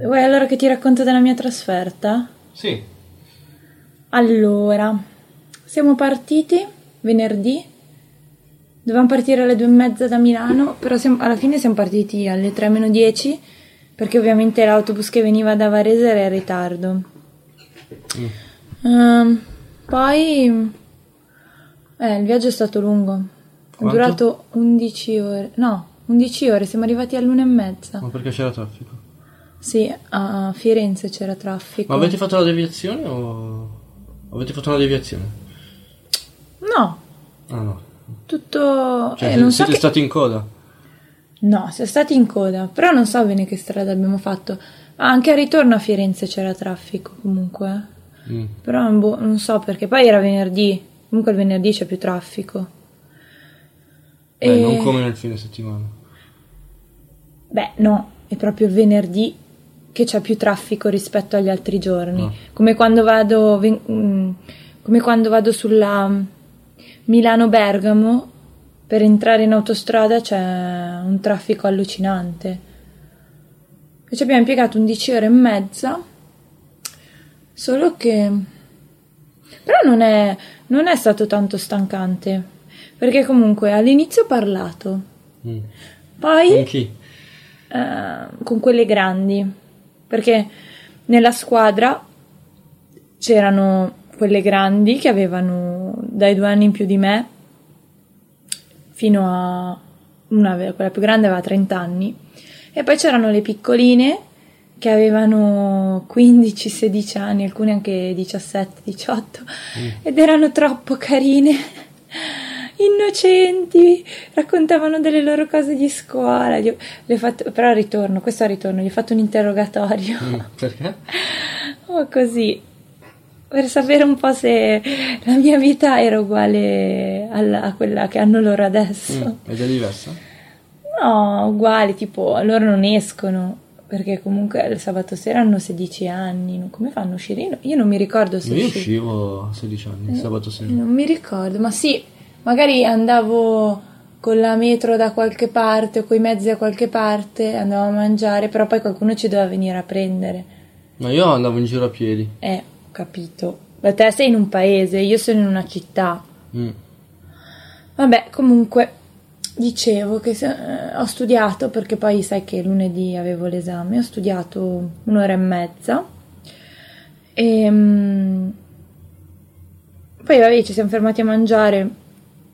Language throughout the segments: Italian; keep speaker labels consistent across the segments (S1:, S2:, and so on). S1: Vuoi allora che ti racconto della mia trasferta?
S2: Sì,
S1: Allora, siamo partiti venerdì, dovevamo partire alle due e mezza da Milano, però siamo- alla fine siamo partiti alle 3 meno 10 perché ovviamente l'autobus che veniva da Varese era in ritardo.
S2: Mm.
S1: Ehm, poi eh, il viaggio è stato lungo,
S2: Quanto?
S1: è durato 11 ore, no, 11 ore, siamo arrivati all'una e mezza.
S2: ma perché c'era traffico?
S1: Sì, a Firenze c'era traffico.
S2: Ma avete fatto la deviazione o... Avete fatto una deviazione?
S1: No,
S2: Ah no.
S1: tutto...
S2: Cioè,
S1: eh, non so
S2: siete
S1: che...
S2: stati in coda?
S1: No, siamo stati in coda, però non so bene che strada abbiamo fatto. Ah, Anche al ritorno a Firenze c'era traffico comunque. eh.
S2: Mm.
S1: Però boh, non so perché poi era venerdì. Comunque il venerdì c'è più traffico.
S2: Beh,
S1: E-
S2: non come nel fine settimana.
S1: Beh, no, è proprio il venerdì che c'è più traffico rispetto agli altri giorni.
S2: Ah.
S1: Come quando vado ven- mm, come quando vado sulla mm, Milano-Bergamo per entrare in autostrada c'è un traffico allucinante. E ci abbiamo impiegato 11 ore e mezza. Solo che però non è, non è stato tanto stancante, perché comunque all'inizio ho parlato,
S2: Mm.
S1: poi
S2: Con chi?
S1: eh, con quelle grandi, perché nella squadra c'erano quelle grandi che avevano dai due anni in più di me fino a una, aveva- quella più grande aveva 30 anni e poi c'erano le piccoline che avevano 15-16 anni, alcune anche 17-18 ed erano troppo carine, innocenti, raccontavano delle loro cose di scuola, gli ho- le ho fatto- però al ritorno, questo al ritorno, gli ho fatto un interrogatorio.
S2: Mm, Perché?
S1: Oh, così. Per sapere un po' se la mia vita era uguale alla- a quella che hanno loro adesso.
S2: Mm, Ed è diversa?
S1: No, uguali, tipo, loro non escono. Perché comunque il sabato sera hanno 16 anni. non- Come fanno a uscire? Io, io non mi ricordo se
S2: Io
S1: usci-
S2: uscivo a 16 anni,
S1: Eh.
S2: sabato sera.
S1: Non mi ricordo, ma sì, magari andavo con la metro da qualche parte o coi mezzi da qualche parte, andavo a mangiare, però poi qualcuno ci doveva venire a prendere.
S2: Ma io andavo in giro a piedi.
S1: Eh, ho capito. Ma te sei in un paese, io sono in una città.
S2: Mm.
S1: Vabbè, comunque, dicevo che se- eh, ho studiato perché poi sai che lunedì avevo l'esame, ho studiato un'ora e mezza. E, poi vabbè, ci siamo fermati a mangiare,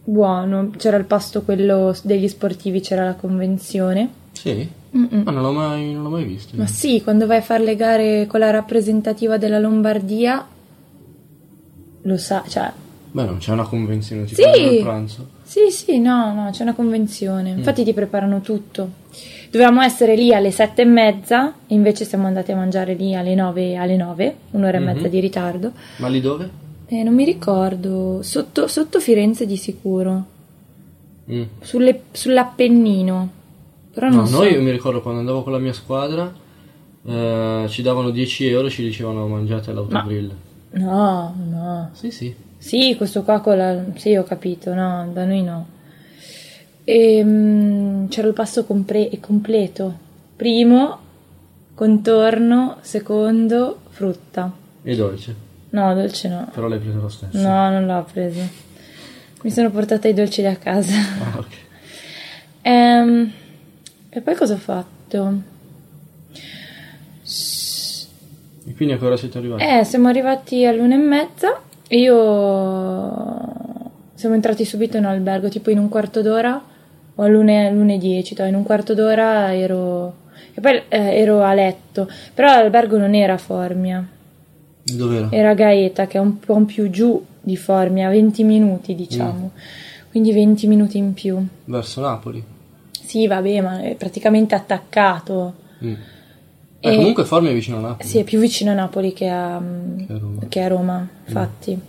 S1: buono, c'era il pasto quello s- degli sportivi, c'era la convenzione.
S2: Sì?
S1: Mm-mm.
S2: Ma non l'ho mai, non l'ho mai visto.
S1: Ma sì, quando vai a fare le gare con la rappresentativa della Lombardia, lo sa, cioè,
S2: Beh, non c'è una convenzione tipo
S1: Sì!
S2: il pranzo.
S1: sì, sì, no, no, c'è una convenzione.
S2: Mm.
S1: Infatti ti preparano tutto. Dovevamo essere lì alle sette e mezza, e invece siamo andati a mangiare lì alle nove, alle nove, un'ora
S2: Mm-hmm.
S1: e mezza di ritardo.
S2: Ma lì dove?
S1: E non mi ricordo, sotto, sotto Firenze di sicuro,
S2: Mm.
S1: Sulle- sull'Appennino. Però non
S2: No,
S1: so.
S2: noi io mi ricordo quando andavo con la mia squadra eh, ci davano 10 euro e ci dicevano mangiate all'autogrill.
S1: No, no.
S2: Sì, sì.
S1: Sì, questo qua con la... Sì, ho capito, no, da noi no. Ehm, c'era il pasto compre- completo. Primo, contorno, secondo, frutta.
S2: E dolce.
S1: No, dolce no.
S2: Però l'hai preso lo stesso.
S1: No, non l'ho preso. Mi sono portata i dolci da casa.
S2: Ah, ok.
S1: Ehm, e poi cosa ho fatto? S-
S2: E quindi ancora siete arrivati?
S1: Eh, siamo arrivati all'una e mezza. e Io. Siamo entrati subito in albergo, tipo in un quarto d'ora o all'una all'una e dieci. dai, In un quarto d'ora ero. E poi eh, ero a letto. Però l'albergo non era Formia,
S2: Dov'era?
S1: era Gaeta, che è un po' più giù di Formia, 20 minuti diciamo. Quindi 20 minuti in più.
S2: Verso Napoli.
S1: Sì, vabbè, ma è praticamente attaccato.
S2: Mm. Eh,
S1: E-
S2: comunque Formia è vicino a Napoli.
S1: Sì, è più vicino a Napoli che a,
S2: Che a Roma. Mm.
S1: che a Roma, infatti.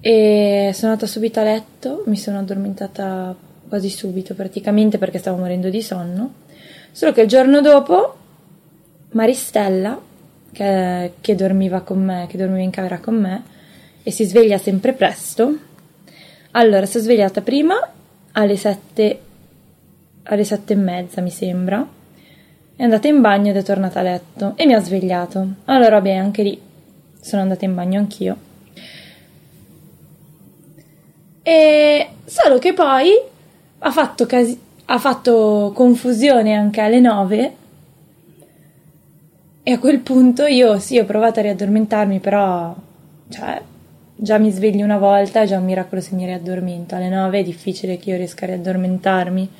S1: E sono andata subito a letto, mi sono addormentata quasi subito praticamente perché stavo morendo di sonno. Solo che il giorno dopo Maristella, che, che dormiva con me, che dormiva in camera con me, e si sveglia sempre presto. Allora, si è svegliata prima alle sette, alle sette e mezza, mi sembra, È andata in bagno ed è tornata a letto e mi ha svegliato. Allora, beh, anche lì sono andata in bagno anch'io. E solo che poi ha fatto, casi- ha fatto confusione anche alle nove. E a quel punto io sì, ho provato a riaddormentarmi, però cioè, già mi sveglio una volta, è già un miracolo se mi riaddormento. Alle nove è difficile che io riesca a riaddormentarmi.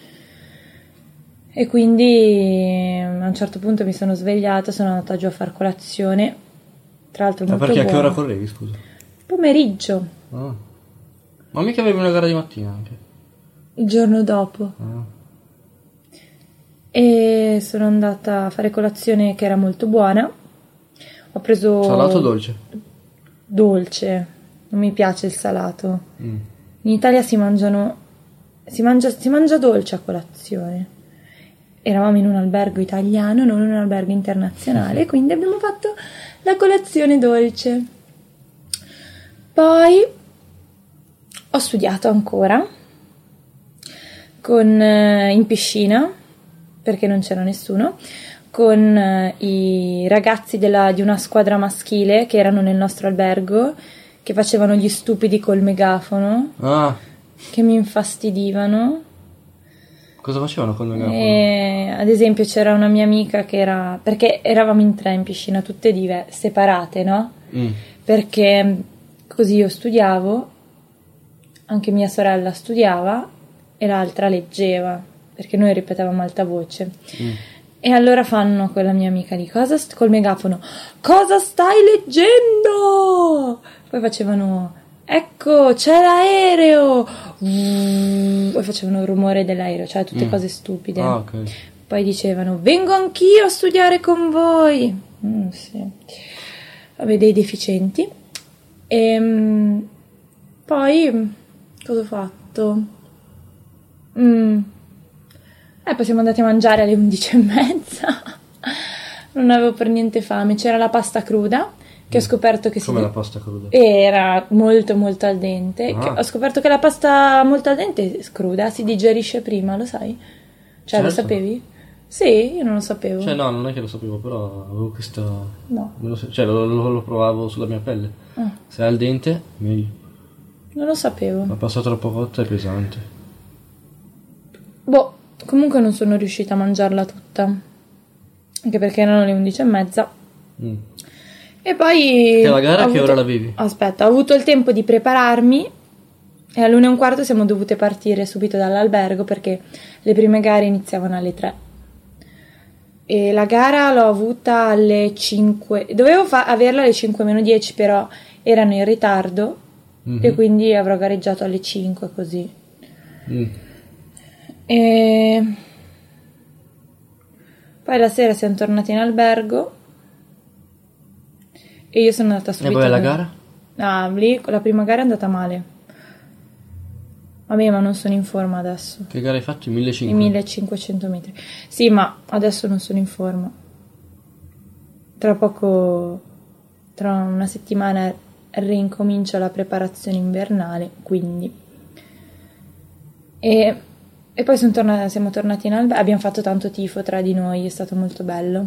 S1: E quindi a un certo punto mi sono svegliata, sono andata giù a far colazione. Tra l'altro
S2: Ma
S1: molto
S2: perché a che
S1: buona.
S2: ora correvi, scusa?
S1: Pomeriggio,
S2: Ah. Ma mica avevi una gara di mattina anche.
S1: il giorno dopo.
S2: Ah.
S1: Oh. E sono andata a fare colazione che era molto buona. Ho preso
S2: Salato o dolce?
S1: dolce. Non mi piace il salato.
S2: Mm.
S1: In Italia si mangiano si mangia, si mangia dolce a colazione. Eravamo in un albergo italiano, non in un albergo internazionale, quindi abbiamo fatto la colazione dolce. Poi ho studiato ancora con, eh, in piscina, perché non c'era nessuno, con eh, i ragazzi della- di una squadra maschile che erano nel nostro albergo, che facevano gli stupidi col megafono,
S2: Ah,
S1: che mi infastidivano.
S2: cosa facevano con il megafono?
S1: E, ad esempio c'era una mia amica che era... perché eravamo in tre in piscina, tutte dive- separate, no?
S2: Mm.
S1: perché mm, così io studiavo, anche mia sorella studiava e l'altra leggeva, perché noi ripetevamo alta voce.
S2: Mm.
S1: E allora fanno quella mia amica di cosa st- col megafono, cosa stai leggendo? Poi facevano, ecco c'è l'aereo, Mm, e facevano il rumore dell'aereo, cioè tutte
S2: Mm.
S1: cose stupide.
S2: Ah, ok.
S1: Poi dicevano: Vengo anch'io a studiare con voi. Mm, sì. Vabbè, dei deficienti. Ehm, poi mm, cosa ho fatto? Mm. Eh, poi siamo andati a mangiare alle 11 e mezza. Non avevo per niente fame. C'era la pasta cruda che ho scoperto che si
S2: Mm. Come la pasta cruda?
S1: era molto molto al dente.
S2: Ah.
S1: Che- Ho scoperto che la pasta molto al dente cruda si digerisce prima, lo sai? Cioè, lo
S2: Certo.
S1: sapevi? Sì, io non lo sapevo.
S2: Cioè, no, non è che lo sapevo, però avevo questa. me
S1: No,
S2: lo so- Cioè, lo, lo- lo provavo sulla mia pelle.
S1: Ah.
S2: Se è al dente, meglio.
S1: non lo sapevo.
S2: La pasta troppo cotta è pesante.
S1: Boh, comunque non sono riuscita a mangiarla tutta. Anche perché erano le 11 e mezza.
S2: Mm.
S1: E poi...
S2: E la gara
S1: ho
S2: a che
S1: avuto-
S2: ora la bevi?
S1: Aspetta, ho avuto il tempo di prepararmi e all'una e un quarto siamo dovute partire subito dall'albergo perché le prime gare iniziavano alle 3. E la gara l'ho avuta alle 5. Dovevo fa- averla alle 5 meno 10, però erano in ritardo
S2: Mhm.
S1: e quindi avrò gareggiato alle 5 così.
S2: Mm.
S1: E poi la sera siamo tornati in albergo e io sono andata
S2: E
S1: subito.
S2: poi la
S1: a-
S2: gara?
S1: Ah, lì la prima gara è andata male. Vabbè, ma non sono in forma adesso.
S2: Che gara hai fatto? I
S1: I
S2: 1500.
S1: 1500 metri. Sì, ma adesso non sono in forma. Tra poco, tra una settimana, rincomincio la preparazione invernale, quindi. E, e poi son torna- siamo tornati in albergo. Abbiamo fatto tanto tifo tra di noi, è stato molto bello.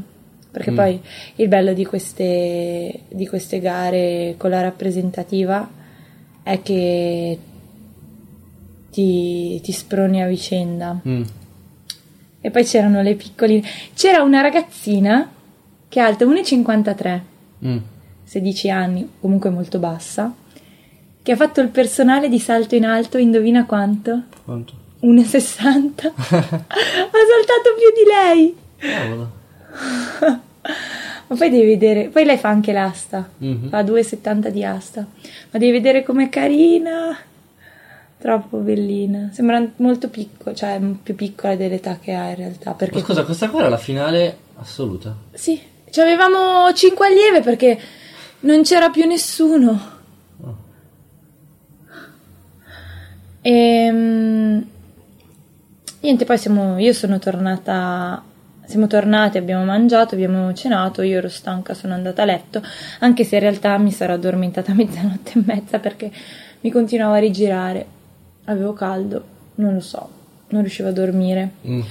S1: Perché
S2: Mm.
S1: poi il bello di queste, di queste gare con la rappresentativa è che ti, ti sproni a vicenda.
S2: Mm.
S1: E poi c'erano le piccoline. C'era una ragazzina che è alta 1,53,
S2: Mm.
S1: 16 anni, comunque molto bassa, che ha fatto il personale di salto in alto, indovina quanto?
S2: Quanto?
S1: 1,60. ha saltato più di lei.
S2: Cavolo.
S1: Ma poi devi vedere, poi lei fa anche l'asta,
S2: Mhm.
S1: fa 2,70 di asta, ma devi vedere com'è carina, troppo bellina, sembra molto piccola, cioè più piccola dell'età che ha in realtà, perché
S2: Ma scusa, questa qua era la finale assoluta.
S1: Sì, cioè avevamo cinque allieve perché non c'era più nessuno.
S2: Oh.
S1: Ehm, niente, poi siamo, io sono tornata, siamo tornate, abbiamo mangiato, abbiamo cenato, io ero stanca, sono andata a letto, anche se in realtà mi sarò addormentata a mezzanotte e mezza perché mi continuavo a rigirare, avevo caldo, non lo so, non riuscivo a dormire.
S2: Mm.